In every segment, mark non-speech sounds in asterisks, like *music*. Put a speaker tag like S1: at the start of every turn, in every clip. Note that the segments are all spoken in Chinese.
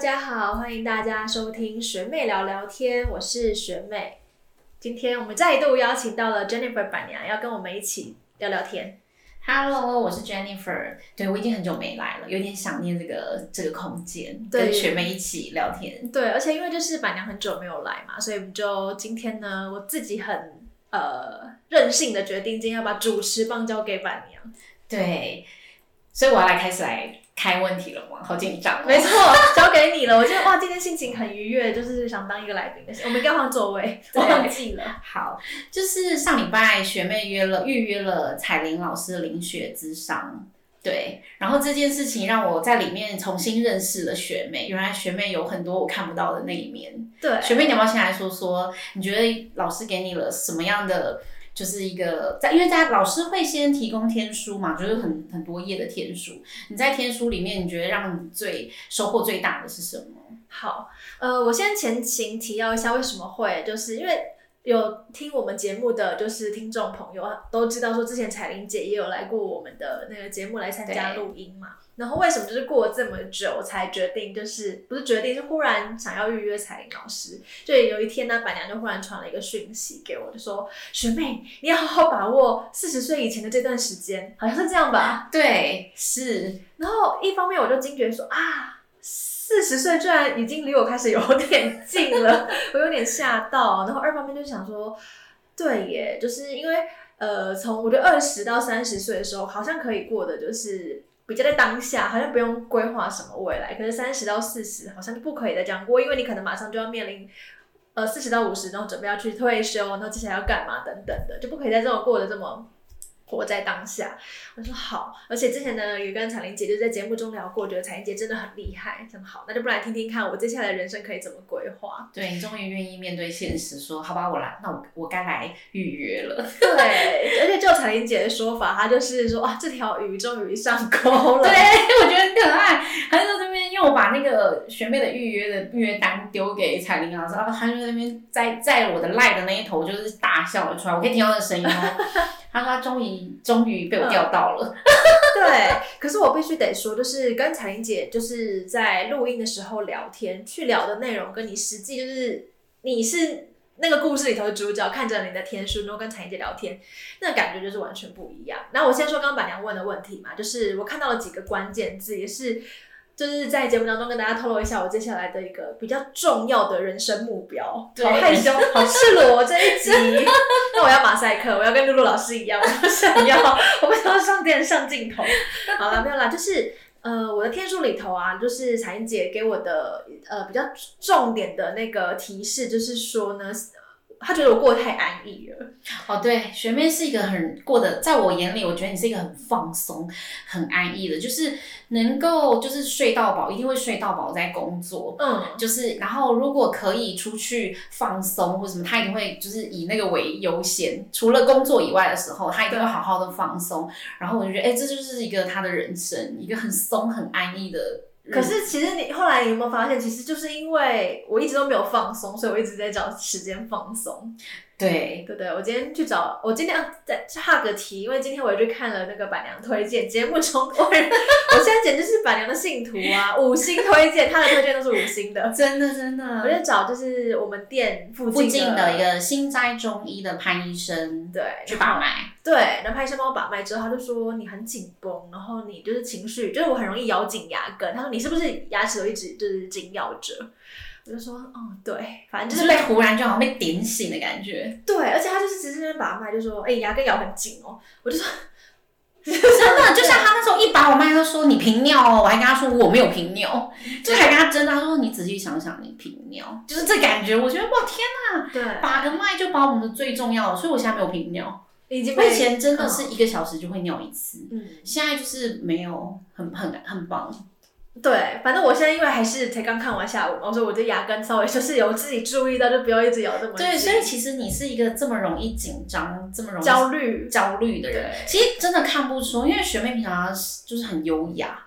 S1: 家好，欢迎大家收听学妹聊聊天，我是学妹。今天我们再度邀请到了 Jennifer 板娘，要跟我们一起聊聊天。
S2: Hello，我是 Jennifer。对我已经很久没来了，有点想念这个这个空间，
S1: 对
S2: 跟学妹一起聊天。
S1: 对，而且因为就是板娘很久没有来嘛，所以我们就今天呢，我自己很呃任性的决定，今天要把主持棒交给板 *laughs* 娘。
S2: 对，所以我要来开始来开问题了吗？好紧张、哦。
S1: 没错，交给你了。我觉得哇，今天心情很愉悦，就是想当一个来宾的心。我们应该换座位，
S2: 对
S1: 忘记了。
S2: 好，就是上礼拜学妹约了预约了彩玲老师的灵学之商，对，然后这件事情让我在里面重新认识了学妹，原来学妹有很多我看不到的那一面。
S1: 对，
S2: 学妹，你要不要先来说说，你觉得老师给你了什么样的，就是一个在，因为在老师会先提供天书嘛，就是很很多页的天书。你在天书里面，你觉得让你最收获最大的是什么？
S1: 好，呃，我先前情提要一下，为什么会，就是因为有听我们节目的就是听众朋友啊都知道，说之前彩玲姐也有来过我们的那个节目来参加
S2: 对
S1: 录音嘛。然后为什么就是过了这么久才决定，就是不是决定，是忽然想要预约彩玲老师。就有一天呢，板娘就忽然传了一个讯息给我，就说：“学妹，你要好好把握四十岁以前的这段时间，好像是这样吧？”
S2: 对，是，
S1: 然后一方面我就惊觉说啊，四十岁居然已经离我开始有点近了， *laughs* 我有点吓到。然后二方面就想说，对耶，就是因为呃，从我觉得二十到三十岁的时候，好像可以过的就是。比较在当下，好像不用规划什么未来。可是三十到四十，好像就不可以再这样过，因为你可能马上就要面临，呃，四十到五十，然后准备要去退休，然后接下来要干嘛等等的，就不可以再这种过得这么活在当下。我说好，而且之前呢也跟彩玲姐就在节目中聊过，觉得彩玲姐真的很厉害，想好，那就不然听听看我接下来的人生可以怎么规划。
S2: 对你终于愿意面对现实说，好吧，我来，那我我该来预约了。
S1: 对，而 *laughs* 且就彩玲姐的说法，她就是说啊，这条鱼终于上钩了。
S2: 对， *laughs* 我觉得很可爱。他就在那边，因为我把那个学妹的预约的预约单丢给彩玲老师，然后他就在那边在在我的赖的那一头就是大笑了出来，我可以听到那个声
S1: *laughs*
S2: 音哦。他说他终于终于被我钓到了，
S1: 对，可是我必须得说，就是跟彩玲姐就是在录音的时候聊天，去聊的内容跟你实际就是你是那个故事里头的主角，看着你的天书，然后跟彩玲姐聊天，那感觉就是完全不一样。那我先说刚刚板娘问的问题嘛，就是我看到了几个关键字，也是。就是在节目当中跟大家透露一下我接下来的一个比较重要的人生目标，
S2: 对
S1: 好害羞，好赤裸这一集。那我要马赛克，我要跟露露老师一样，我不想要， *laughs* 我不想要上电上镜头。 *laughs* 好了，没有啦，就是呃，我的天书里头啊，就是彩英姐给我的呃比较重点的那个提示，就是说呢，她觉得我过得太安逸了。
S2: 哦，对，学妹是一个很过得，在我眼里，我觉得你是一个很放松、很安逸的，就是能够就是睡到饱，一定会睡到饱在工作。
S1: 嗯，
S2: 就是，然后如果可以出去放松或什么，他一定会就是以那个为优先。除了工作以外的时候，他一定会好好的放松。然后我就觉得，哎、这就是一个他的人生，一个很松很安逸的日子。
S1: 可是其实你后来你有没有发现，其实就是因为我一直都没有放松，所以我一直在找时间放松。
S2: 对
S1: 对对，我今天去找，我今天啊在岔个题，因为今天我也去看了那个板娘推荐节目中，我 *laughs* 我现在简直是板娘的信徒啊，五星推荐，她的推荐都是五星的。
S2: 真的真
S1: 我
S2: 的，
S1: 就找就是我们店附
S2: 附
S1: 近
S2: 近的一个新斋中医的潘医生
S1: 对
S2: 去把脉，
S1: 对，然后拍医生帮我把脉之后，他就说你很紧绷，然后你就是情绪，就是我很容易咬紧牙根。他说你是不是牙齿有一直就是紧咬着？我就说哦对，反正
S2: 就
S1: 就是
S2: 是
S1: 被
S2: 被忽然就好像被点醒的感 *laughs* 觉。
S1: 对，而且他就是直接在那边把脉，就说哎、牙根咬很紧哦，我就说
S2: 真的，就像他那时候一把我脉，他说你频尿哦，我还跟他说我没有频尿，就还跟他争，他说你仔细想想，你频尿，就是这感觉，我觉得哇天
S1: 对，
S2: 哪，把个脉就把我们的最重要的，所以我现在没有频尿，
S1: 已经
S2: 我
S1: 被
S2: 以前真的是一个小时就会尿一次，
S1: 嗯
S2: 现在就是没有，很很很棒，
S1: 对，反正我现在因为还是才刚看完下午嘛，所以我的牙根稍微就是有自己注意到，就不要一直咬这么紧
S2: 对，所以其实你是一个这么容易紧张，这么容易
S1: 焦虑
S2: 焦虑的人
S1: 对，
S2: 其实真的看不出，因为学妹平常就是很优雅。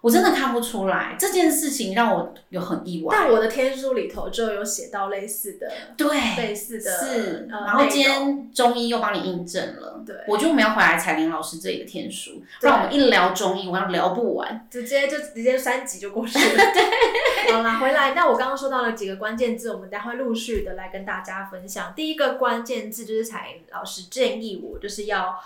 S2: 我真的看不出来这件事情让我有很意外。
S1: 但我的天书里头就有写到类似的、
S2: 对，
S1: 类似的，
S2: 是。
S1: 呃
S2: 然后
S1: 内
S2: 今
S1: 容
S2: 天中医又帮你印证了，
S1: 对
S2: 我就没有回来彩玲老师这里的天书，不
S1: 对
S2: 然我们一聊中医，我要聊不完。
S1: 直接就直接三集就过去了。 *laughs* 好啦，回来。那我刚刚说到了几个关键字，我们待会陆续的来跟大家分享。第一个关键字就是彩玲老师建议我，就是要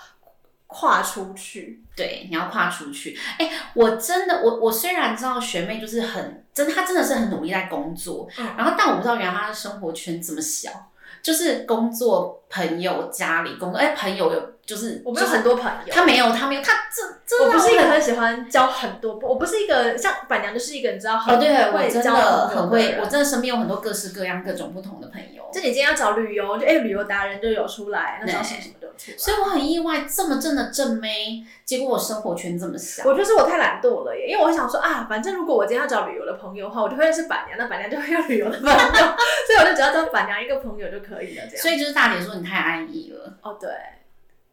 S1: 跨出去。
S2: 对，你要跨出去。哎、我真的，我我虽然知道学妹就是很真，她真的是很努力在工作，
S1: 嗯，
S2: 然后但我不知道原来她的生活圈这么小，就是工作、朋友、家里工作，哎、朋友有就是
S1: 我们有
S2: 就是
S1: 很多朋友，
S2: 他没有，他没有，他这这
S1: 我不是一个
S2: 让
S1: 很喜欢交很多，我不是一个像板娘，就是一个你知道
S2: 我
S1: 很
S2: 哦，对，我
S1: 会
S2: 真
S1: 交
S2: 的
S1: 朋友
S2: 很
S1: 的
S2: 会，
S1: 人
S2: 我真的身边有很多各式各样、各种不同的朋友，
S1: 就你今天要找旅游，就哎、旅游达人就有出来，那找什么什么都有出来。
S2: 所以我很意外，这么正的正妹，结果我生活圈这么小。
S1: 我觉得是我太懒惰了耶，因为我想说啊，反正如果我今天要找旅游的朋友的话，我就会认识板娘，那板娘就会有旅游的朋友， *laughs* 所以我就只要找板娘一个朋友就可以了。这样，
S2: 所以就是大姐说你太安逸了，
S1: 哦对，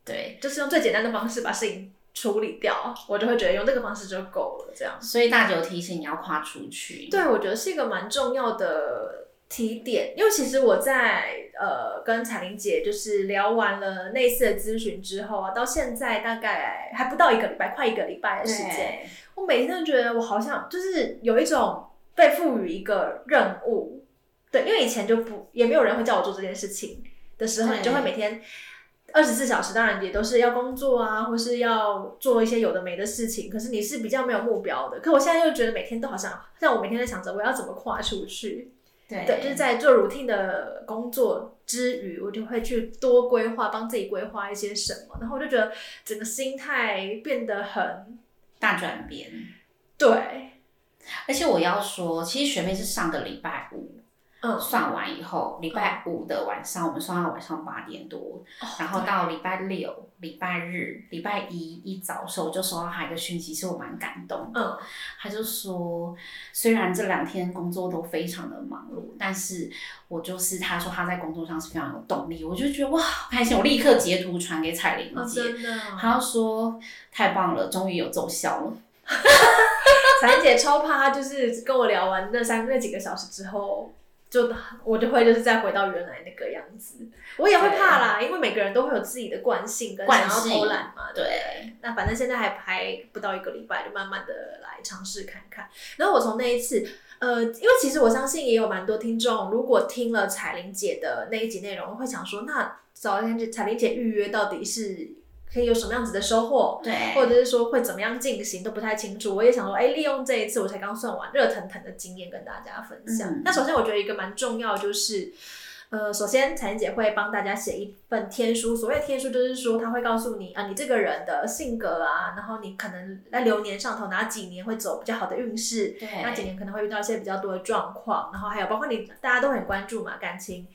S2: 对，
S1: 就是用最简单的方式把事情处理掉，我就会觉得用这个方式就够了。这样，
S2: 所以大姐有提醒你要跨出去。
S1: 对我觉得是一个蛮重要的提点，因为其实我在呃跟彩玲姐就是聊完了那一次的咨询之后啊，到现在大概还不到一个礼拜，快一个礼拜的时间，
S2: 对，
S1: 我每天都觉得我好像就是有一种被赋予一个任务，对，因为以前就不也没有人会叫我做这件事情的时候，
S2: 对
S1: 你就会每天二十四小时，当然也都是要工作啊，或是要做一些有的没的事情，可是你是比较没有目标的。可我现在又觉得每天都好像，像我每天在想着我要怎么跨出去，
S2: 对，
S1: 对，就是在做 routine 的工作之余，我就会去多规划，帮自己规划一些什么，然后我就觉得整个心态变得很
S2: 大转
S1: 哦
S2: 变。
S1: 对，
S2: 而且我要说，其实学妹是上个礼拜五
S1: 嗯。
S2: 算完以后，礼拜五的晚上，我们算到晚上八点多，
S1: 哦
S2: 然后到礼拜六、礼拜日、礼拜一一早的时候，我就收到她一个讯息，是我蛮感动的。
S1: 嗯，
S2: 他就说，虽然这两天工作都非常的忙碌，但是我就是他说他在工作上是非常有动力，我就觉得哇，好开心！我立刻截图传给彩玲
S1: 哦，
S2: 姐，
S1: 真的哦，
S2: 他、说太棒了，终于有奏效了。
S1: 彩姐超怕，她就是跟我聊完那三那几个小时之后，就我就会就是再回到原来那个样子。我也会怕啦，因为每个人都会有自己的惯性跟想
S2: 惯
S1: 要
S2: 性
S1: 偷懒嘛。对不对。
S2: 对，
S1: 那反正现在还还不到一个礼拜，就慢慢的来尝试看看。然后我从那一次。呃，因为其实我相信也有蛮多听众，如果听了彩玲姐的那一集内容，会想说，那找彩玲姐彩玲姐预约到底是可以有什么样子的收获？
S2: 对，
S1: 或者是说会怎么样进行都不太清楚。我也想说，哎、利用这一次我才刚算完热腾腾的经验跟大家分享。
S2: 嗯
S1: 那首先我觉得一个蛮重要的就是。呃，首先，彩玲姐会帮大家写一份天书。所谓天书，就是呃说她会告诉你啊，你这个人的性格啊，然后你可能在流年上头哪几年会走比较好的运势，
S2: 对
S1: 那几年可能会遇到一些比较多的状况，然后还有包括你大家都很关注嘛，感情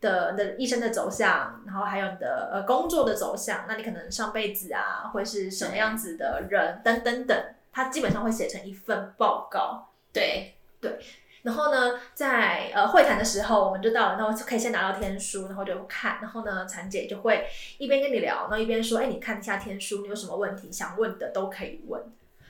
S1: 的你的一生的走向，然后还有你的呃工作的走向，那你可能上辈子啊，会是什么样子的人等等等，它基本上会写成一份报告。
S2: 对
S1: 然后呢，在呃会谈的时候，我们就到了，那我就可以先拿到天书，然后就看，然后呢，婵姐就会一边跟你聊，然后一边说，哎，你看一下天书，你有什么问题想问的都可以问。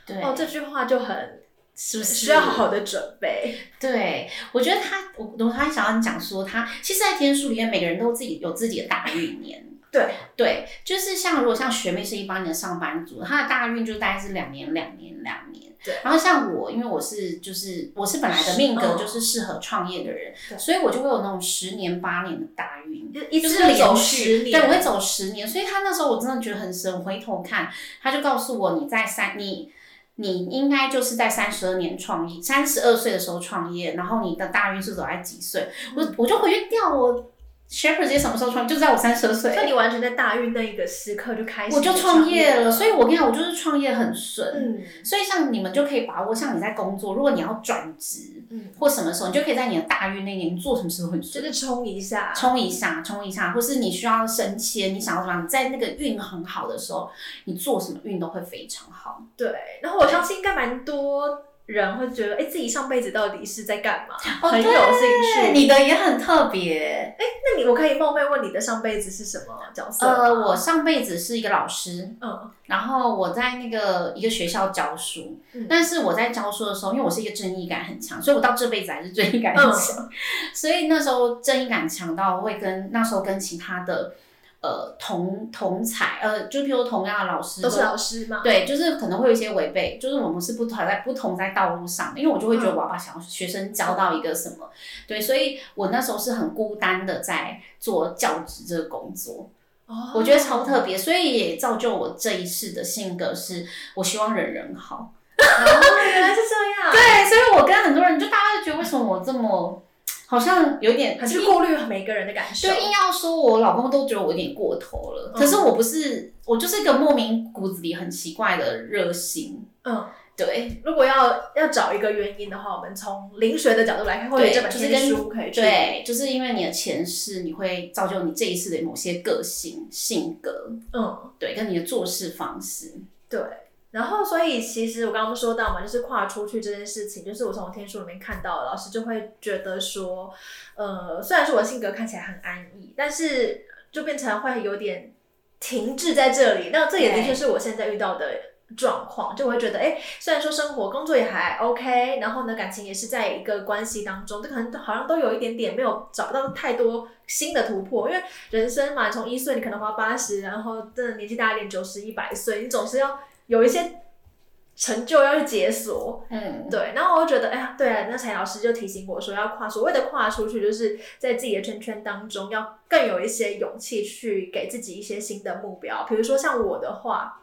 S2: 对，
S1: 哦，这句话就很
S2: 是不是
S1: 需要好好的准备。
S2: 对，我觉得他，我我突然想要讲说他，其实，在天书里面，每个人都自己有自己的大运年。
S1: 对，
S2: 对，就是像如果像学妹是一八年的上班族，她的大运就大概是两年、两年、两年。
S1: 对
S2: 然后像我，因为我是就是我是本来的命格
S1: 嗯
S2: 就是适合创业的人，
S1: 对
S2: 所以我就会有那种十年、八年的大运。
S1: 就一
S2: 就
S1: 次
S2: 是连
S1: 走
S2: 续
S1: 十年，
S2: 对，我会走十年，所以他那时候我真的觉得很神。我回头看，他就告诉我，你在三，你你应该就是在三十二年创业，三十二岁的时候创业，然后你的大运是走在几岁？我
S1: 嗯
S2: 我就回去调我 s h e p e r d 姐什么时候创，就在我三十二岁
S1: 所，以你完全在大运那一个时刻就开始，
S2: 我就创业了。所以我跟你讲，我就是创业很顺。
S1: 嗯
S2: 所以像你们就可以把握，像你在工作，如果你要转职
S1: 嗯，
S2: 或什么时候，你就可以在你的大运那年做什么事都很顺
S1: 就。是冲一下，
S2: 冲一下，冲一下，或是你需要升迁，你想要什么，你在那个运很好的时候，你做什么运都会非常好。
S1: 对。然后我相信应该蛮多人会觉得，哎、自己上辈子到底是在干嘛？
S2: 哦
S1: 很有兴趣。
S2: 你的也很特别。
S1: 那你我可以冒昧问你的上辈子是什么角色吗？
S2: 呃，我上辈子是一个老师，
S1: 嗯
S2: 然后我在那个一个学校教书，
S1: 嗯
S2: 但是我在教书的时候，因为我是一个正义感很强，所以我到这辈子还是正义
S1: 嗯
S2: 感很强， *laughs* 所以那时候正义感强到会跟那时候跟其他的呃同同才呃，就譬如同样的老师
S1: 都是老师嘛。
S2: 对，就是可能会有一些违背，就是我们是不同在不同在道路上的，因为我就会
S1: 嗯
S2: 觉得我要把小学生教到一个什么，对，所以我那时候是很孤单的在做教职这个工作，
S1: 哦
S2: 我觉得超特别，所以也造就我这一世的性格是，我希望人人好。
S1: 哦，原来是这样。对，
S2: 对，所以我跟很多人就大家就觉得为什么我这么好像有点
S1: 很去顾虑每个人的感受
S2: 就。硬要说我老公都觉得我有点过头了，
S1: 嗯
S2: 可是我不是，我就是一个莫名骨子里很奇怪的热心，
S1: 嗯，
S2: 对。
S1: 如果要要找一个原因的话，我们从灵学的角度来看，或者
S2: 对，
S1: 这本
S2: 就是
S1: 天
S2: 跟
S1: 书可以去。
S2: 对，就是因为你的前世，你会造就你这一世的某些个性、性格，
S1: 嗯。
S2: 对，跟你的做事方式。
S1: 对，然后所以其实我刚刚不是说到嘛，就是跨出去这件事情，就是我从我天书里面看到的，老师就会觉得说，呃，虽然说我的性格看起来很安逸，但是就变成会有点停滞在这里。那这也的确
S2: 对
S1: 是我现在遇到的。状况就我会觉得，哎、虽然说生活、工作也还 OK，然后呢，感情也是在一个关系当中，这可能都好像都有一点点没有找到太多新的突破，因为人生嘛，从一岁你可能花八十，然后真的年纪大一点，九十、一百岁，你总是要有一些成就要去解锁。
S2: 嗯，
S1: 对，然后我就觉得，哎呀，对啊，那陈老师就提醒我说，要跨所谓的跨出去，就是在自己的圈圈当中，要更有一些勇气去给自己一些新的目标。比如说像我的话，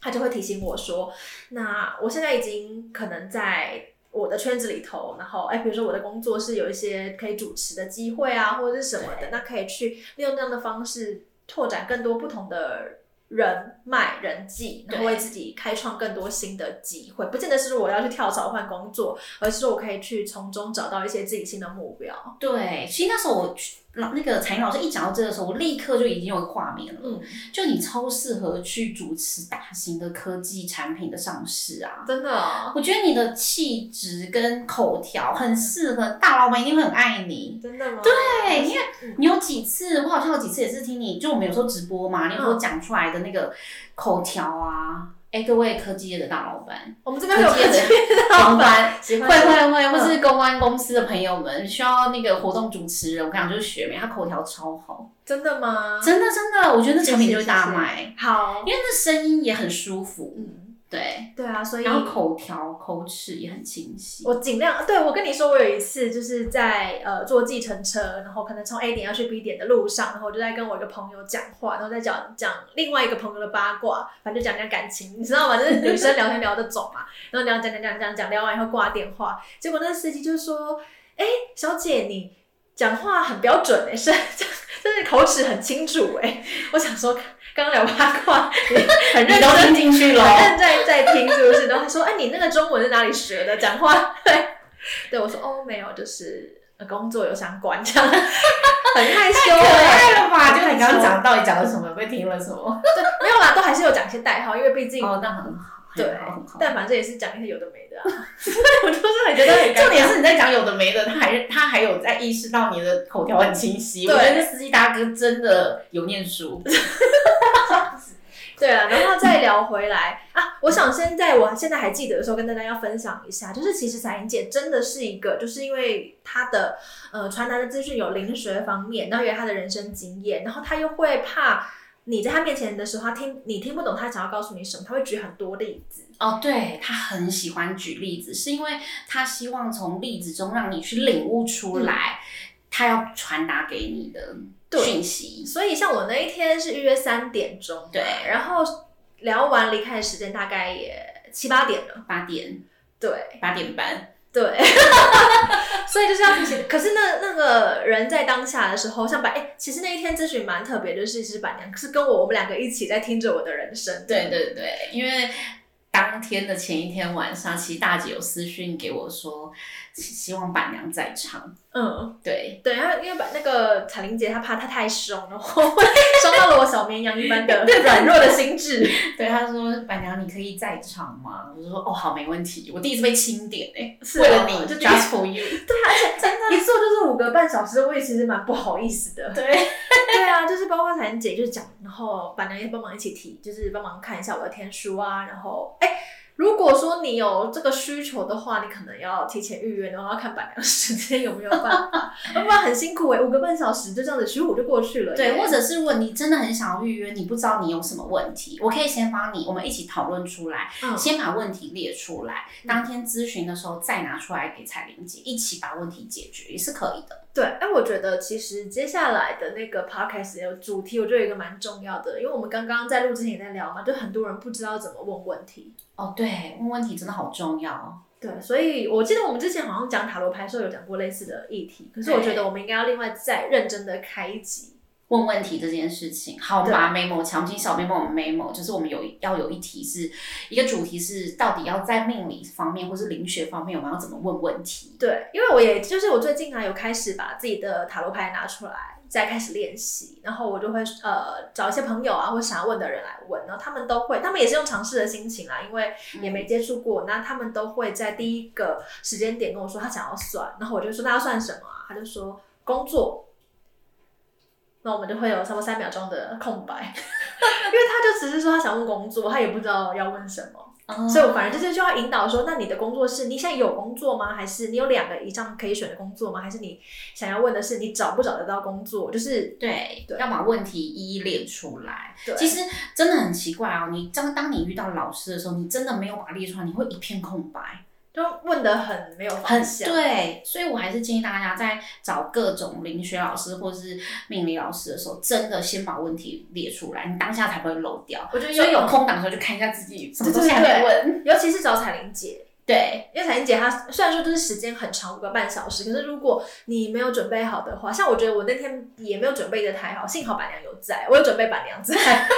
S1: 他就会提醒我说，那我现在已经可能在。我的圈子里头，然后哎，比如说我的工作是有一些可以主持的机会啊，或者是什么的，那可以去利用这样的方式拓展更多不同的人脉、人际，然后
S2: 对
S1: 为自己开创更多新的机会。不见得是我要去跳槽换工作，而是说我可以去从中找到一些自己新的目标。
S2: 对。其实那时候我去老那个彩英老师一讲到这个时候，我立刻就已经有个画面了。
S1: 嗯，
S2: 就你超适合去主持大型的科技产品的上市啊。
S1: 真的哦、
S2: 我觉得你的气质跟口条很适合，大老板一定会很爱你。
S1: 真的吗？对
S2: 对，因为你有几次，我好像有几次也是听你，就我们有时候直播嘛，你有
S1: 嗯
S2: 时候讲出来的那个口条啊，哎、各位科技业的大老板、
S1: 我们这边有科技
S2: 公关，
S1: 喜
S2: 会
S1: 欢上
S2: 会会，或是
S1: 嗯
S2: 公关公司的朋友们，需要那个活动主持人，我跟你讲，就是学妹，她口条超好，
S1: 真的吗？
S2: 真的真的，我觉得那产品就会大
S1: 谢谢
S2: 卖，
S1: 好
S2: 因，为那声音也很舒服，
S1: 嗯，
S2: 对，
S1: 对啊，所以
S2: 然后口条口齿也很清晰，
S1: 我尽量对我跟你说，我有一次就是在呃坐计程车，然后可能从 A 点要去 B 点的路上，然后我就在跟我一个朋友讲话，然后在讲讲另外一个朋友的八卦，反正就讲讲感情，你知道吗？就是女生聊天聊得走嘛，然后聊讲讲讲讲讲，聊完以后挂电话，结果那个司机就说：“哎、小姐你。”讲话很标准哎、是是，就是口齿很清楚哎、我想说，刚刚聊八卦，你很认
S2: 你都
S1: 真
S2: 听进去了，
S1: 反正在在听是不是？然后他说：“哎、你那个中文是哪里学的？讲话？”对，对我说：“哦，没有，就是呃工作有相关这样。” *laughs* 很害羞欸
S2: 可爱了吧？
S1: 很
S2: 就
S1: 害
S2: 你刚
S1: 羞
S2: 刚讲到底讲了什么，被听了什么？
S1: 对，没有啦，都还是有讲一些代号，因为毕竟、
S2: 哦，那很好，很
S1: 对
S2: 好很好，
S1: 但反正也是讲一些有的没的、啊。我就是很觉得很尴
S2: 重点
S1: 尬。
S2: 是你在讲有的没的，他还他还有在意识到你的口条很清晰。
S1: 对
S2: 我觉得那司机大哥真的有念书。
S1: 对啊，然后再聊回来啊，我想现在我现在还记得的时候，跟大家要分享一下，就是其实彩英姐真的是一个，就是因为她的呃传达的资讯有灵学方面，然后有她的人生经验，然后她又会怕你在她面前的时候，她听你听不懂她想要告诉你什么，她会举很多例子。
S2: 哦，对他很喜欢举例子，是因为他希望从例子中让你去领悟出来他要传达给你的
S1: 对
S2: 讯息。
S1: 所以像我那一天是预约三点钟，
S2: 对
S1: 然后聊完离开的时间大概也七八点了，
S2: 八点
S1: 对。
S2: 八点半，
S1: 对， *laughs* 所以就是要提醒。可是那那个人在当下的时候，像板，哎、其实那一天咨询蛮特别，就是其实板娘是跟我我们两个一起在听着我的人生。
S2: 对对对，因为当天的前一天晚上，其实大姐有私讯给我说，希希望伴娘在场。
S1: 嗯，
S2: 对，
S1: 对，然后因为把那个彩玲姐她怕她太凶，然后会 *laughs* 伤到了我小绵羊一般
S2: *laughs*
S1: 的软弱的心智。
S2: 对，他说伴娘你可以在场吗？我就说哦好，没问题。我第一次被清点哎、
S1: 是
S2: 为
S1: 啊
S2: 了你
S1: 就第一
S2: just for you。
S1: 对啊，而且真的一坐就是五个半小时，我也其实蛮不好意思的。
S2: 对，
S1: 对啊，就是包括彩玲姐就是讲，然后哎板娘也帮忙一起提，就是帮忙看一下我的天书啊，然后哎。如果说你有这个需求的话，你可能要提前预约，然后要看板娘时间有没有办法，要不然很辛苦哎、五个半小时就这样子，虚我就过去了耶。
S2: 对，或者是如果你真的很想要预约，你不知道你有什么问题，我可以先帮你，我们一起讨论出来，
S1: 嗯
S2: 先把问题列出来，当天咨询的时候再拿出来给彩玲姐，一起把问题解决也是可以的。
S1: 对，哎，我觉得其实接下来的那个 podcast 的主题，我觉得有一个蛮重要的，因为我们刚刚在录之前也在聊嘛，就很多人不知道怎么问问题。
S2: 哦，对，问问题真的好重要哦。
S1: 对，所以我记得我们之前好像讲塔罗牌的时候有讲过类似的议题，可是我觉得我们应该要另外再认真的开一集。
S2: 问问题这件事情，好
S1: 对
S2: 吗？memo 强行小 memo 我们 memo，就是我们有一要有一题是一个主题是到底要在命理方面或是灵学方面，我们要怎么问问题？
S1: 对，因为我也就是我最近啊有开始把自己的塔罗牌拿出来，再开始练习，然后我就会呃找一些朋友啊或想要问的人来问，然后他们都会，他们也是用尝试的心情啦，因为也没接触过，那他们都会在第一个时间点跟我说他想要算，然后我就说那要算什么啊？他就说工作。那我们就会有差不多三秒钟的空白， *laughs* 因为他就只是说他想问工作，他也不知道要问什么。
S2: 嗯
S1: 所以我反正就是就要引导说，那你的工作是你现在有工作吗？还是你有两个以上可以选的工作吗？还是你想要问的是你找不找得到工作？就是
S2: 对，
S1: 对
S2: 要把问题一一列出来。
S1: 对
S2: 其实真的很奇怪哦，你当当你遇到老师的时候，你真的没有把它列出来，你会一片空白。
S1: 就问的很没有
S2: 很
S1: 方向。
S2: 对，所以我还是建议大家在找各种灵学老师或是命理老师的时候，真的先把问题列出来，你当下才不会漏掉。
S1: 我觉得
S2: 所以有
S1: 有
S2: 空档的时候就看一下自己什么
S1: 对
S2: 东
S1: 对
S2: 西还没
S1: 对
S2: 问。
S1: 尤其是找彩玲姐，
S2: 对
S1: 因为彩玲姐她虽然说就是时间很长，五个半小时，可是如果你没有准备好的话，像我觉得我那天也没有准备的太好，幸好板娘有在，我有准备板娘在。 *laughs*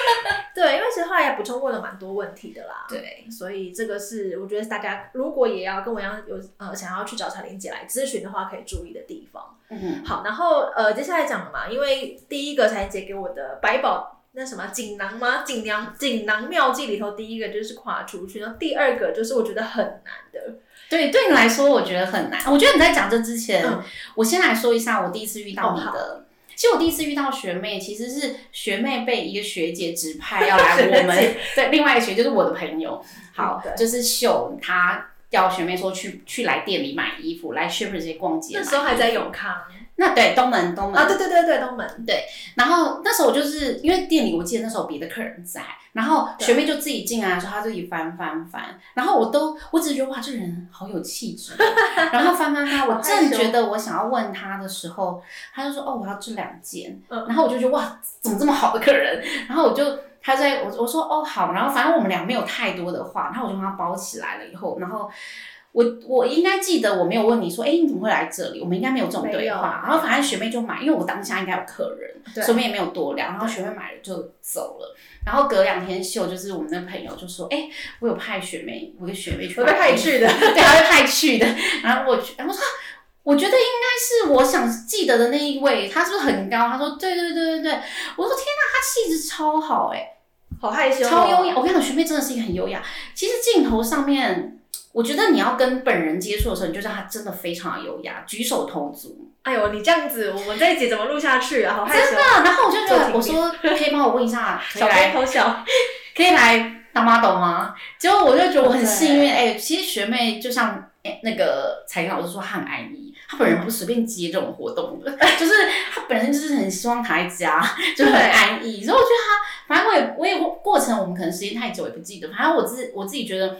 S1: 对，因为其实后来也补充问了蛮多问题的啦。
S2: 对
S1: 所以这个是我觉得大家如果也要跟我一样有呃想要去找彩玲姐来咨询的话，可以注意的地方。
S2: 嗯，
S1: 好，然后呃接下来讲了嘛，因为第一个彩玲姐给我的百宝那什么锦囊吗？锦囊锦囊妙计里头第一个就是跨出去，然后第二个就是我觉得很难的，
S2: 对，对你来说我觉得很难。我觉得你在讲这之前，
S1: 嗯
S2: 我先来说一下我第一次遇到
S1: 哦
S2: 你
S1: 好
S2: 的。其实我第一次遇到学妹，其实是学妹被一个学姐指派要来
S1: *laughs* 学姐
S2: 我们，对，另外一个学就是我的朋友，好
S1: 嗯，对
S2: 就是秀她叫学妹说去去来店里买衣服，来 Shopper 街逛街。
S1: 那时候还在，永康
S2: 那对东门东门
S1: 啊，对对对对，东门，
S2: 然后那时候我就是因为店里，我记得那时候有别的客人在，然后学妹就自己进来的时候，她自己翻翻翻，然后我都我只是觉得哇，这人好有气质，哦
S1: *laughs*
S2: 然后翻翻翻，我
S1: 好害羞
S2: 正觉得我想要问她的时候，她就说哦，我要这两件，
S1: 嗯
S2: 然后我就觉得哇，怎么这么好的客人，然后我就。她在我我说哦好，然后反正我们俩没有太多的话，然后我就把它包起来了以后，然后我我应该记得我没有问你说，哎你怎么会来这里？我们应该没有这种
S1: 没
S2: 对
S1: 有
S2: 话，然后反正学妹就买，因为我当下应该有客人，
S1: 对
S2: 所以我们也没有多聊，然后学妹买了就走了。然后隔两天秀，就是我们的朋友就说：“哎、我有派学妹，我跟学妹去，
S1: 我被派，去的，
S2: *laughs* 对，她被派去的。”然后我去，然后我说啊：“我觉得应该是我想记得的那一位，她是不是很高？”她说：“对对对对对。”我说：“天哪，她气质超好哎、
S1: 好害羞、哦
S2: 超优雅。我跟你讲，学妹真的是一个很优雅。其实镜头上面，我觉得你要跟本人接触的时候，你就知道她真的非常优雅，举手投足。
S1: 哎呦，你这样子，我们这一集怎么录下去啊？好害羞，
S2: 啊，然后我就觉
S1: 做
S2: 得，
S1: 停
S2: 我说可以帮我问一下，可
S1: *laughs*
S2: 以
S1: 小
S2: 来
S1: 偷偷笑，
S2: 可以来当 model 吗？结果我就觉得我很幸运，哎、其实学妹就像、哎那个彩玲老师说，她很爱你，她本人不随便接这种活动的，
S1: 嗯
S2: 就是她本身就是很希望她在家，就很安逸。所以我觉得她，反正我也我也过过程，我们可能时间太久也不记得，反正我自我自己觉得。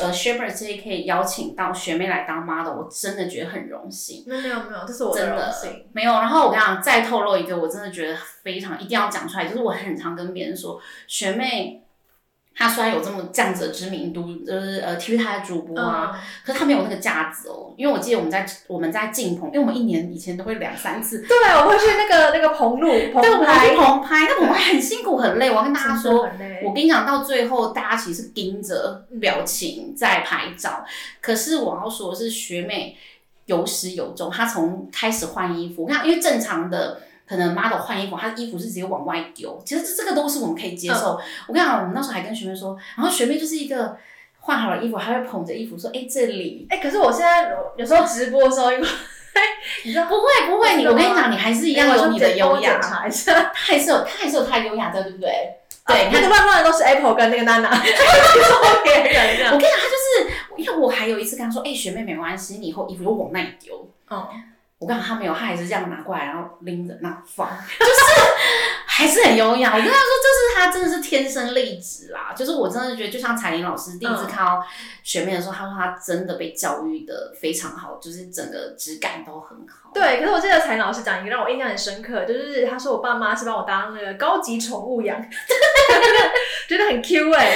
S2: 呃 s h e p e r 这里可以邀请到学妹来当 model，我真的觉得很荣幸。
S1: 没有没有没有，这是我
S2: 真
S1: 的荣
S2: 的
S1: 幸，
S2: 没有。然后我跟你讲，再透露一个，我真的觉得非常一定要讲出来，就是我很常跟别人说，学妹她虽然有这么这样子的知名度，就是呃 TV 台的主播啊，
S1: 嗯。
S2: 可是她没有那个架子哦。因为我记得我们在我们在进棚，因为我们一年以前都会两三次，
S1: 嗯对，我会去那个那个棚路棚
S2: 但我们
S1: 拍
S2: 去，棚拍，那棚拍很辛苦很累。我要跟大家说，
S1: 真的很累
S2: 我跟你讲，到最后大家其
S1: 嗯
S2: 实盯着表情在拍照，可是我要说的是学妹。有始有终。他从开始换衣服，我看因为正常的可能 model 换衣服，他的衣服是直接往外丢，其实这这个都是我们可以接
S1: 嗯
S2: 受。我跟你讲，我们那时候还跟学妹说，然后学妹就是一个换好了衣服，还会捧着衣服说：“哎、这里。
S1: 哎、可是我现在有时候直播的时候，因为你知”道，哎
S2: 不会不会，你我跟你讲，你还是一样有你的优雅，
S1: 查一下。
S2: 他还是有他还是有他的优雅在，对不对？
S1: 对， *laughs*
S2: 对，你
S1: 那
S2: 看
S1: 个乱乱的都是 Apple 跟那个娜娜， *laughs* 别人这
S2: 我
S1: 样。
S2: 跟你讲，他就是，因为我还有一次跟他说，哎、学妹没关系，你以后衣服就往那里丢。
S1: *laughs* 嗯，
S2: 我跟你讲，他没有，他还是这样拿过来，然后拎着那放，就是还是很优雅。我跟他说，这是他真的是天生丽质啦。就是我真的觉得，就像彩玲老师第
S1: 嗯
S2: 一次看到学妹的时候，她说她真的被教育的非常好，就是整个质感都很好。
S1: 对。可是我记得彩老师讲一个让我印象很深刻，就是他说我爸妈是把我当那个高级宠物养， *laughs* 觉得很 Q 哎、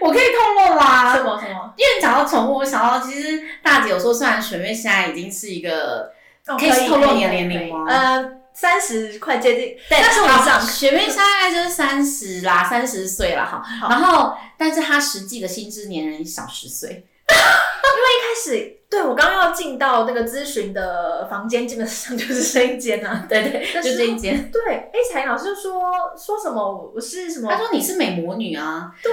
S2: 我可以透露
S1: *laughs*
S2: 啦
S1: 什么什么？
S2: 因为讲到宠物，我想到其实大姐有说，虽然学妹现在已经是一个
S1: 哦
S2: 可以透露你的年龄吗
S1: 呃，三十快接近，
S2: 对，
S1: 但是我
S2: 好
S1: 上
S2: 学妹现在就是三十啦，三十岁了哈。
S1: 好
S2: 然后，但是她实际的心智年龄小十岁。
S1: 开始，对我刚要进到那个咨询的房间，基本上就是这一间
S2: *laughs*
S1: 啊。
S2: *laughs* 对对，就
S1: 但是
S2: 这一间。
S1: 对，哎、彩玲老师就说说什么，我是什么
S2: 她？说你是美魔女啊，
S1: 对，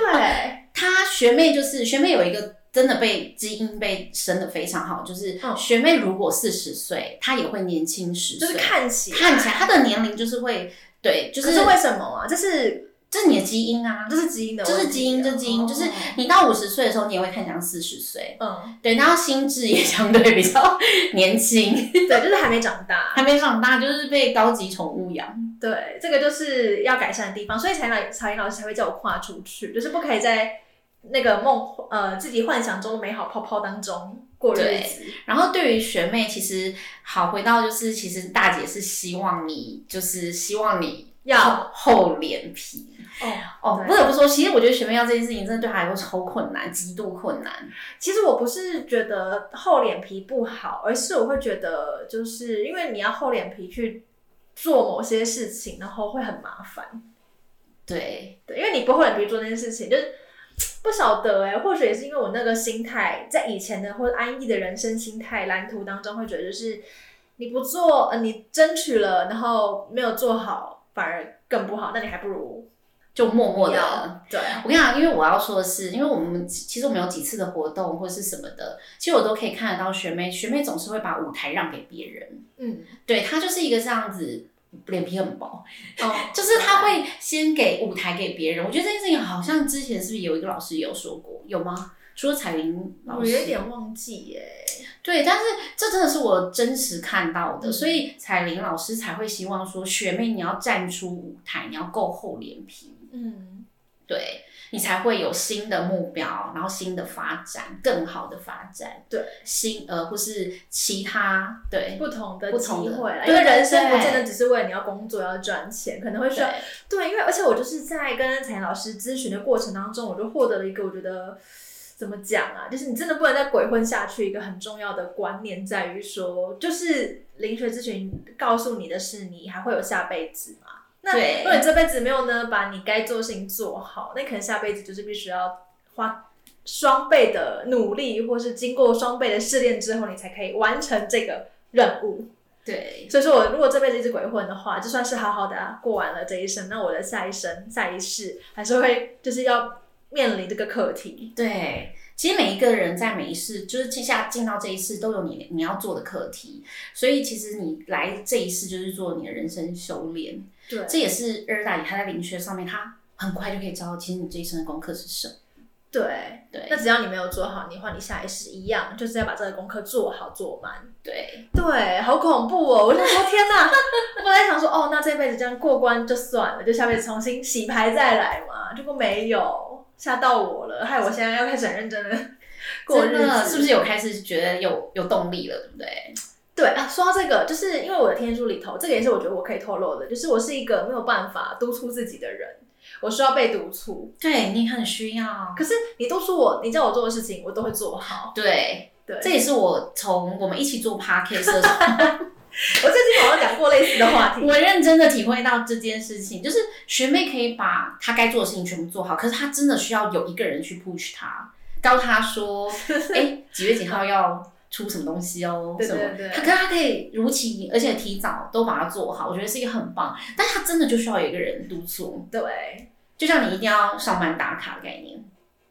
S2: 她学妹就是学妹有一个。真的被基因被生的非常好，就是
S1: 嗯
S2: 学妹如果四十岁，她也会年轻十
S1: 就
S2: 岁，
S1: 是看起来
S2: 看起来她的年龄就是会对，就
S1: 就是是为什么啊？这是
S2: 这是你的基因啊，
S1: 这是基因的
S2: 这
S1: 问题啊，
S2: 是基因，这是基因，
S1: 哦
S2: 就是你到五十岁的时候，你也会看起来像四十岁， *laughs*
S1: 嗯，
S2: 对，然后心智也相对比较年轻，
S1: 对，就是还没长大。
S2: 还没长大就是被高级宠物养。
S1: 对，这个就是要改善的地方，所以彩老彩玲老师才会叫我跨出去，就是不可以在那个梦呃自己幻想中的美好泡泡当中过日
S2: 对
S1: 子。
S2: 然后对于学妹，其实好回到就是，其实大姐是希望你，就是希望你
S1: 要
S2: 厚脸皮。
S1: 哦
S2: 哦，
S1: 对
S2: 不得不说，其实我觉得学妹要这件事情，真的对她来说超困难，极度困难。
S1: 其实我不是觉得厚脸皮不好，而是我会觉得，就是因为你要厚脸皮去做某些事情，然后会很麻烦。
S2: 对，
S1: 对，因为你不厚脸皮做那件事情，就是不晓得哎、或许也是因为我那个心态，在以前的或者安逸的人生心态蓝图当中，会觉得就是你不做，呃，你争取了，然后没有做好，反而更不好，那你还不如
S2: 就默默
S1: 不
S2: 的
S1: 要。对，
S2: 我跟你讲，因为我要说的是，因为我们其实我们有几次的活动或是什么的，其实我都可以看得到学妹，学妹总是会把舞台让给别人。
S1: 嗯，
S2: 对她就是一个这样子，脸皮很薄，
S1: 哦，
S2: 就是她会先给舞台给别人。我觉得这件事情好像之前是不是有一个老师也有说过，有吗？除了彩玲老
S1: 我
S2: 师，
S1: 有一点忘记耶、
S2: 对，但是这真的是我真实看到的，
S1: 嗯
S2: 所以彩玲老师才会希望说，学妹你要站出舞台，你要够厚脸皮。
S1: 嗯。
S2: 对你才会有新的目标，然后新的发展，更好的发展。
S1: 对，
S2: 新呃或是其他对
S1: 不同的
S2: 不
S1: 机
S2: 同的
S1: 会啦，
S2: 对
S1: 因为人生
S2: 对
S1: 不见得只是为了你要工作要赚钱，可能会需要
S2: 对
S1: 对，因为而且我就是在跟彩妍老师咨询的过程当中，我就获得了一个我觉得怎么讲啊，就是你真的不能再鬼混下去。一个很重要的观念在于说，就是灵学咨询告诉你的是，你还会有下辈子嘛。那
S2: 对
S1: 如果你这辈子没有呢，把你该做的事情做好，那可能下辈子就是必须要花双倍的努力，或是经过双倍的试炼之后，你才可以完成这个任务。
S2: 对
S1: 所以说我如果这辈子一直鬼混的话，就算是好好的、啊过完了这一生，那我的下一生、下一世还是会就是要面临这个课题。
S2: 对。其实每一个人在每一世，就是接下进到这一世，都有你你要做的课题。所以其实你来这一世就是做你的人生修炼。
S1: 对
S2: 这也是二大爷他在灵学上面，他很快就可以知道，其实你这一生的功课是什么。
S1: 对，
S2: 对
S1: 那只要你没有做好，你换你下一世一样，就是要把这个功课做好做满。
S2: 对，
S1: 对，好恐怖哦！我就想说，天哪！ *laughs* 我本来想说，哦，那这辈子这样过关就算了，就下辈子重新洗牌再来嘛。结果没有，吓到我了，害我现在要开始很认真的 *laughs* 过
S2: 真
S1: 日
S2: 的
S1: 子，
S2: 是不是有开始觉得有有动力了，对不对？
S1: 对啊，说到这个，就是因为我的天书里头，这个也是我觉得我可以透露的，就是我是一个没有办法督促自己的人，我需要被督促。
S2: 对你很需要。
S1: 可是你督促我，你叫我做的事情，我都会做好。
S2: 对，
S1: 对，
S2: 这也是我从我们一起做 podcast 的时候，
S1: 我最近好像讲过类似的话题。
S2: 我认真的体会到这件事情，就是学妹可以把她该做的事情全部做好，可是她
S1: *laughs*
S2: 真的需要有一个人去 push 她，告诉她说，哎、几月几号要出什么东西哦，
S1: 对
S2: 什么
S1: 对对
S2: 他可他可以如期，而且提早都把它做好，我觉得是一个很棒。但他真的就需要有一个人督促，
S1: 对
S2: 就像你一定要上班打卡的概念。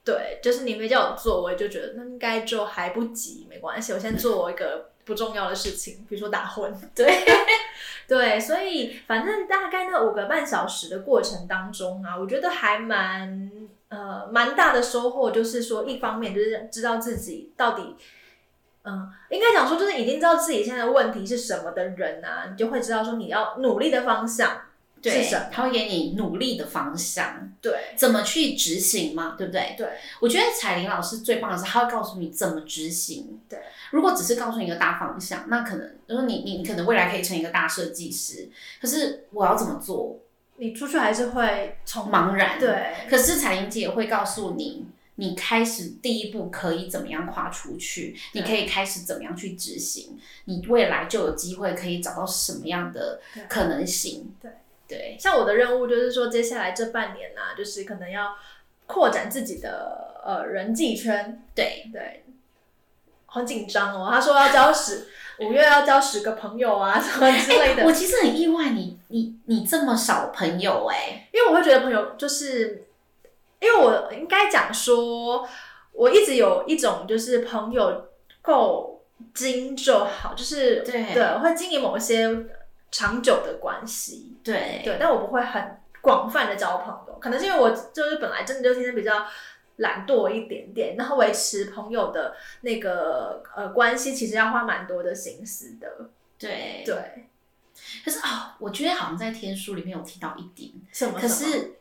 S1: 对，就是你没叫我做，我就觉得那应该就还不急，没关系，我先做我一个不重要的事情，比如说打混。
S2: 对，
S1: *laughs* 对，所以反正大概那五个半小时的过程当中啊，我觉得还蛮呃蛮大的收获，就是说一方面就是知道自己到底。嗯，应该讲说就是已经知道自己现在的问题是什么的人啊，你就会知道说你要努力的方向是什么。
S2: 他会给你努力的方向，
S1: 对
S2: 怎么去执行嘛，对不对？
S1: 对
S2: 我觉得彩玲老师最棒的是，他会告诉你怎么执行。
S1: 对，
S2: 如果只是告诉你一个大方向，那可能就是你你你可能未来可以成一个大设计师，可是我要怎么做，
S1: 你出去还是会从
S2: 茫然。，
S1: 对
S2: 可是彩玲姐会告诉你，你开始第一步可以怎么样跨出去，
S1: 对
S2: 你可以开始怎么样去执行，你未来就有机会可以找到什么样的
S1: 对
S2: 可能性。
S1: 对
S2: 对
S1: 像我的任务就是说，接下来这半年呢、就是可能要扩展自己的呃人际圈，
S2: 对，
S1: 对，好紧张哦。他说要交十，五月要交十个朋友啊，什么之类的。
S2: 哎 *laughs* 我其实很意外你，你你这么少朋友哎、
S1: 因为我会觉得朋友就是，因为我应该讲说，我一直有一种就是朋友够精就好，就是
S2: 对
S1: 对，会经营某一些长久的关系。
S2: 对
S1: 对，但我不会很广泛的交朋友，可能是因为我就是本来真的就天生比较懒惰一点点，然后维持朋友的那个呃关系，其实要花蛮多的心思的。
S2: 对
S1: 对，
S2: 可是哦，我觉得好像在天书里面有提到一点，
S1: 什么
S2: 可是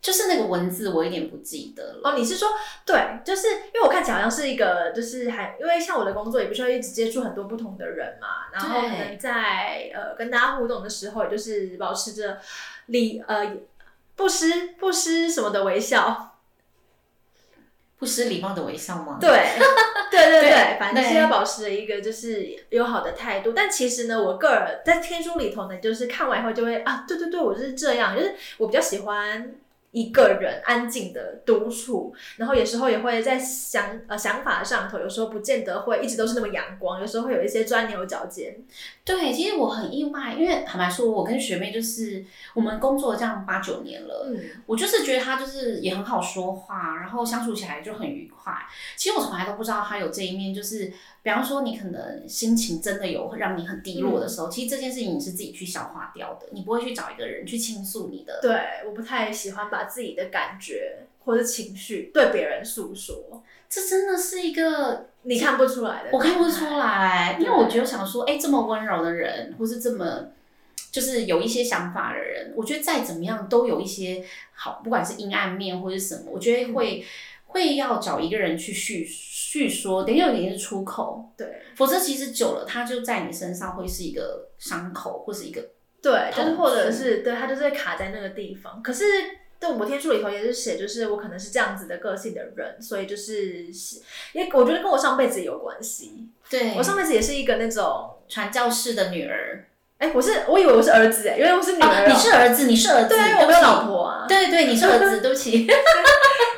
S2: 就是那个文字我有点不记得了。
S1: 哦，你是说对，就是因为我看起来好像是一个，就是还因为像我的工作也不需要一直接触很多不同的人嘛，然后可
S2: 对
S1: 能在呃跟大家互动的时候，也就是保持着礼呃不失不失什么的微笑，
S2: 不失礼貌的微笑吗？
S1: 对对对对
S2: 对，
S1: 反正就是
S2: 对
S1: 要保持一个就是友好的态度。但其实呢，我个人在天书里头呢，就是看完以后就会啊，对对对，我就是这样，就是我比较喜欢。一个人安静的独处，然后有时候也会在想呃想法上头，有时候不见得会一直都是那么阳光，有时候会有一些钻牛角尖。
S2: 对，其实我很意外，因为坦白说，我跟学妹就是我们工作这样八九年了，
S1: 嗯，
S2: 我就是觉得她就是也很好说话，然后相处起来就很愉快。其实我从来都不知道她有这一面，就是比方说你可能心情真的有让你很低落的时候，其实这件事情你是自己去消化掉的，你不会去找一个人去倾诉你的。
S1: 对，我不太喜欢把自己的感觉或者情绪对别人诉说，
S2: 这真的是一个
S1: 你看不出来的，
S2: 我看不出。来，
S1: 对
S2: 因为我觉得想说，哎、这么温柔的人，或是这么就是有一些想法的人，我觉得再怎么样都有一些好，不管是阴暗面或是什么，我觉得会、
S1: 嗯
S2: 会要找一个人去叙叙说，得有一点是出口，
S1: 对
S2: 否则其实久了，它就在你身上会是一个伤口，或是一个
S1: 对，就是
S2: 痛
S1: 或者
S2: 是
S1: 是对他就是会卡在那个地方。可是对我天书里头也是写，就是我可能是这样子的个性的人，所以就是也我觉得跟我上辈子有关系。
S2: 对
S1: 我上辈子也是一个那种。
S2: 传教士的女儿
S1: 哎、我是我以为我是儿子哎、原来我是女儿、
S2: 啊，你是儿子，你是儿子，
S1: 对啊，因为我没有老。婆啊。
S2: 对对，你是儿子，对
S1: *laughs*
S2: 不起。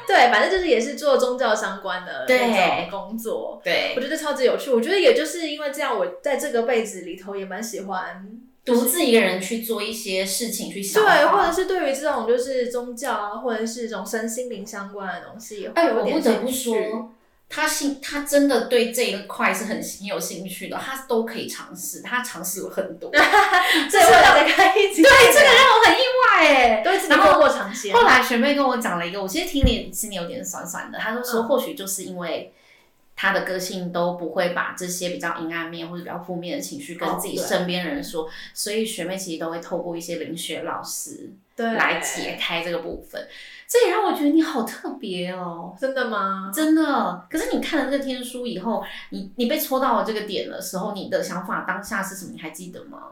S1: 对，反正就是也是做宗教相关的那种
S2: 对
S1: 工作，我
S2: 对，
S1: 觉得超级有趣。我觉得也就是因为这样，我在这个辈子里头也蛮喜欢，
S2: 独自一个人去做一些事情，去消化。
S1: 对，或者是对于这种就是宗教啊，或者是这种身心灵相关的东西，也会
S2: 哎，
S1: 有
S2: 我
S1: 点
S2: 不得不
S1: 兴趣。
S2: 说，他兴，他真的对这一块是很很有兴趣的，他都可以尝试，他尝试了很 *laughs* 多，对
S1: *laughs* 这个要再开一集，对
S2: 这个让我很意外哎。
S1: 都一直
S2: 然
S1: 没
S2: 后
S1: 过长期啊。
S2: 后来学妹跟我讲了一个，我其实听你心里有点酸酸的，她就说
S1: 嗯
S2: 或许就是因为。他的个性都不会把这些比较阴暗面或者比较负面的情绪
S1: 哦
S2: 跟自己
S1: 对
S2: 身边人说，所以学妹其实都会透过一些灵学老师
S1: 对，
S2: 来解开这个部分。这也让我觉得你好特别哦。
S1: 真的吗？
S2: 真的，可是你看了这个天书以后，你你被戳到了这个点的时候，你的想法当下是什么？你还记得吗？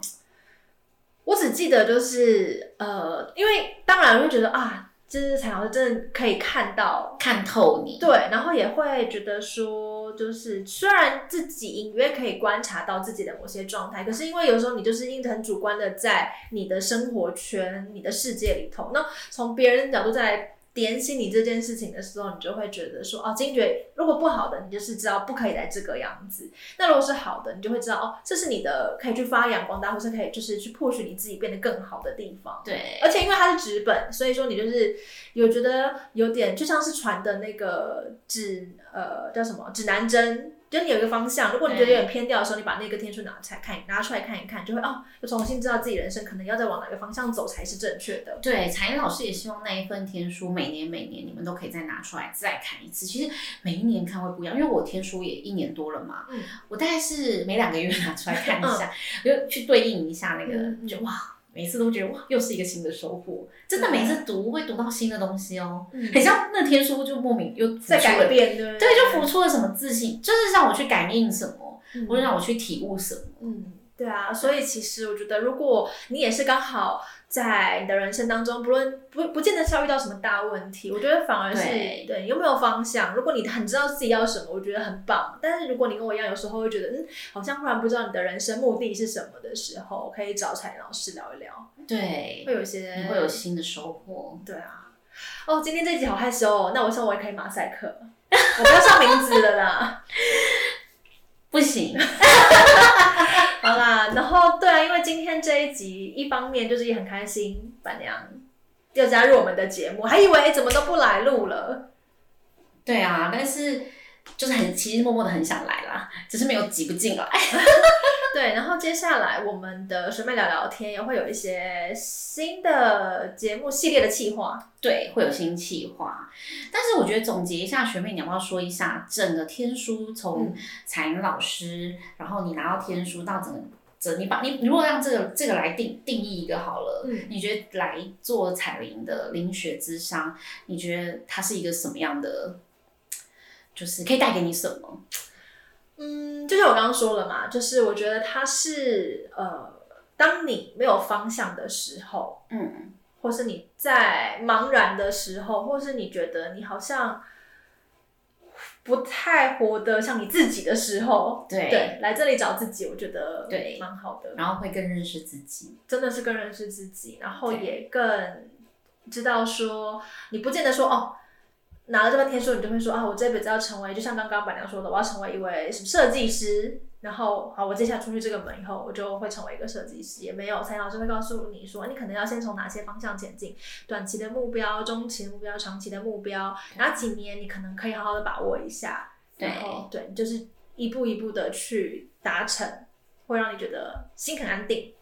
S1: 我只记得就是呃，因为当然会觉得啊，就是彩老师真的可以看到
S2: 看透你，
S1: 对，然后也会觉得说，就是虽然自己隐约可以观察到自己的某些状态，可是因为有时候你就是因很主观的在你的生活圈、你的世界里头，那从别人的角度再来点醒你这件事情的时候，你就会觉得说，哦，惊觉如果不好的，你就是知道不可以再这个样子；那如果是好的，你就会知道，哦，这是你的可以去发扬光大，或是可以就是去 push 你自己变得更好的地方。
S2: 对，
S1: 而且因为它是纸本，所以说你就是有觉得有点就像是船的那个指呃叫什么指南针，就是你有一个方向。如果你觉得有点偏掉的时候，你把那个天书拿出来看，拿出来看一看，就会哦，又重新知道自己人生可能要再往哪个方向走才是正确的。
S2: 对，彩英老师也希望那一份天书每年每年你们都可以再拿出来再看一次。其实每一年看会不一样，因为我天书也一年多了嘛，
S1: 嗯
S2: 我大概是每两个月拿出来看一下，就去对应一下那个，
S1: 嗯嗯
S2: 就哇，每次都觉得哇，又是一个新的收获。真的
S1: 对啊
S2: 每次读会读到新的东西哦，
S1: 嗯
S2: 很像那天书就莫名又浮
S1: 在
S2: 出了
S1: 改，变，对不
S2: 对，就浮出了什么自信，就是让我去感应什么，
S1: 嗯
S2: 或者让我去体悟什么。
S1: 嗯，对啊，所以其实我觉得，如果你也是刚好在你的人生当中，不论不不见得是要遇到什么大问题，我觉得反而是
S2: 对
S1: 对你有没有方向。如果你很知道自己要什么，我觉得很棒。但是如果你跟我一样，有时候会觉得，嗯，好像忽然不知道你的人生目的是什么的时候，可以找彩玲老师聊一聊，
S2: 对
S1: 会，有一些
S2: 你会有新的收获。
S1: 对啊。哦，今天这集好害羞哦，那我希望我也可以马赛克， *laughs* 我不要上名字了啦。
S2: 不行，
S1: *laughs* 好啦，然后对啊，因为今天这一集，一方面就是也很开心，板娘又加入我们的节目，还以为哎怎么都不来录了。
S2: 对啊，但是就是很，其实默默的很想来啦，只是没有挤不进来。
S1: *laughs* 对，然后接下来我们的学妹聊聊天也会有一些新的节目系列的企划。
S2: 对，会有新企划。但是我觉得总结一下，学妹，你要不要说一下整个天书从
S1: 嗯
S2: 彩云老师，然后你拿到天书到整个。整你把你你如果让这个这个来定定义一个好了，
S1: 嗯
S2: 你觉得来做彩铃的灵学之商，你觉得它是一个什么样的，就是可以带给你什么？
S1: 嗯，就像我刚刚说了嘛，就是我觉得它是呃，当你没有方向的时候，
S2: 嗯，
S1: 或是你在茫然的时候，或是你觉得你好像不太活得像你自己的时候，
S2: 对
S1: 对，来这里找自己，我觉得
S2: 对
S1: 蛮好的，
S2: 然后会更认识自己，
S1: 真的是更认识自己，然后
S2: 对
S1: 也更知道说，你不见得说哦。拿了这份天书，你就会说啊，我这辈子要成为，就像刚刚板娘说的，我要成为一位什么设计师。然后，好，我接下来出去这个门以后，我就会成为一个设计师，也没有。蔡老师会告诉你说，你可能要先从哪些方向前进，短期的目标、中期的目标、长期的目标，哪几年你可能可以好好的把握一下，
S2: 对
S1: 然后对，你就是一步一步的去达成，会让你觉得心很安定。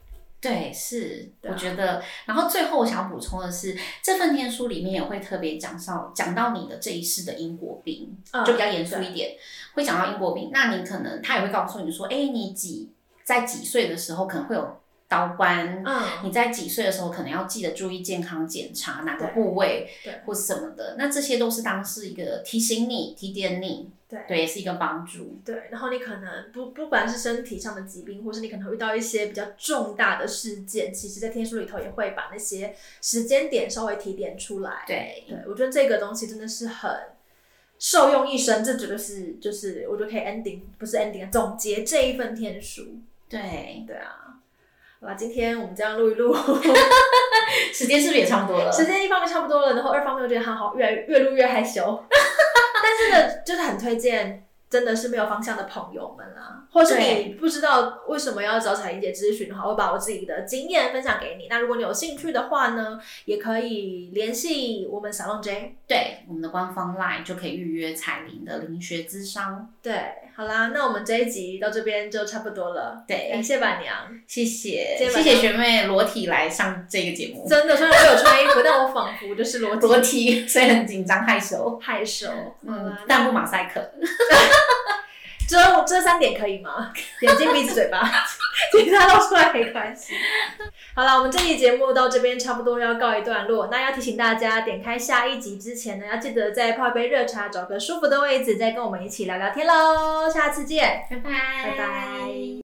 S2: 对，是，
S1: 对啊
S2: 我觉得。然后最后我想补充的是，这份天书里面也会特别讲到讲到你的这一世的因果病，
S1: 嗯
S2: 就比较严肃一点，会讲到因果病。那你可能他也会告诉你说，哎，你几在几岁的时候可能会有刀关。
S1: 嗯，
S2: 你在几岁的时候可能要记得注意健康检查哪个
S1: 对
S2: 部位
S1: 对
S2: 或什么的，那这些都是当是一个提醒你、提点你，
S1: 对
S2: 对，也是一个帮助。
S1: 对，然后你可能不不管是身体上的疾病，或是你可能遇到一些比较重大的事件，其实在天书里头也会把那些时间点稍微提点出来。
S2: 对，
S1: 对，我觉得这个东西真的是很受用一生，这绝对是就是我觉得可以 ending 不是 ending 啊总结这一份天书。
S2: 对，
S1: 对啊，好吧，今天我们这样录一录，
S2: 时间是不是也差不多了？
S1: 时间一方面差不多了，然后二方面我觉得还好，越来越录越害羞。 *laughs* 但是呢，就是很推荐，真的是没有方向的朋友们啦，或是你不知道为什么要找彩玲姐咨询的话，我把我自己的经验分享给你。那如果你有兴趣的话呢，也可以联系我们小浪 J。
S2: 对，我们的官方 LINE 就可以预约彩铃的灵学咨商。
S1: 对，好啦，那我们这一集到这边就差不多了。感
S2: 对，
S1: 谢板娘，
S2: 谢哎谢，
S1: 谢谢
S2: 谢谢学妹裸体来上这个节目，
S1: 真的虽然我有穿衣服，但我仿佛就是裸体
S2: 裸体， *laughs* 所以很紧张害羞。
S1: 害羞。好
S2: 嗯
S1: 啦，，
S2: 但不马赛克，
S1: 遮遮三点可以吗？ *laughs* 眼睛、鼻子、嘴巴， *laughs* 其他露出来没关系。好啦，我们这期节目到这边差不多要告一段落。那要提醒大家，点开下一集之前呢，要记得再泡一杯热茶，找个舒服的位置，再跟我们一起聊聊天喽。下次见，
S2: 拜拜，
S1: 拜拜。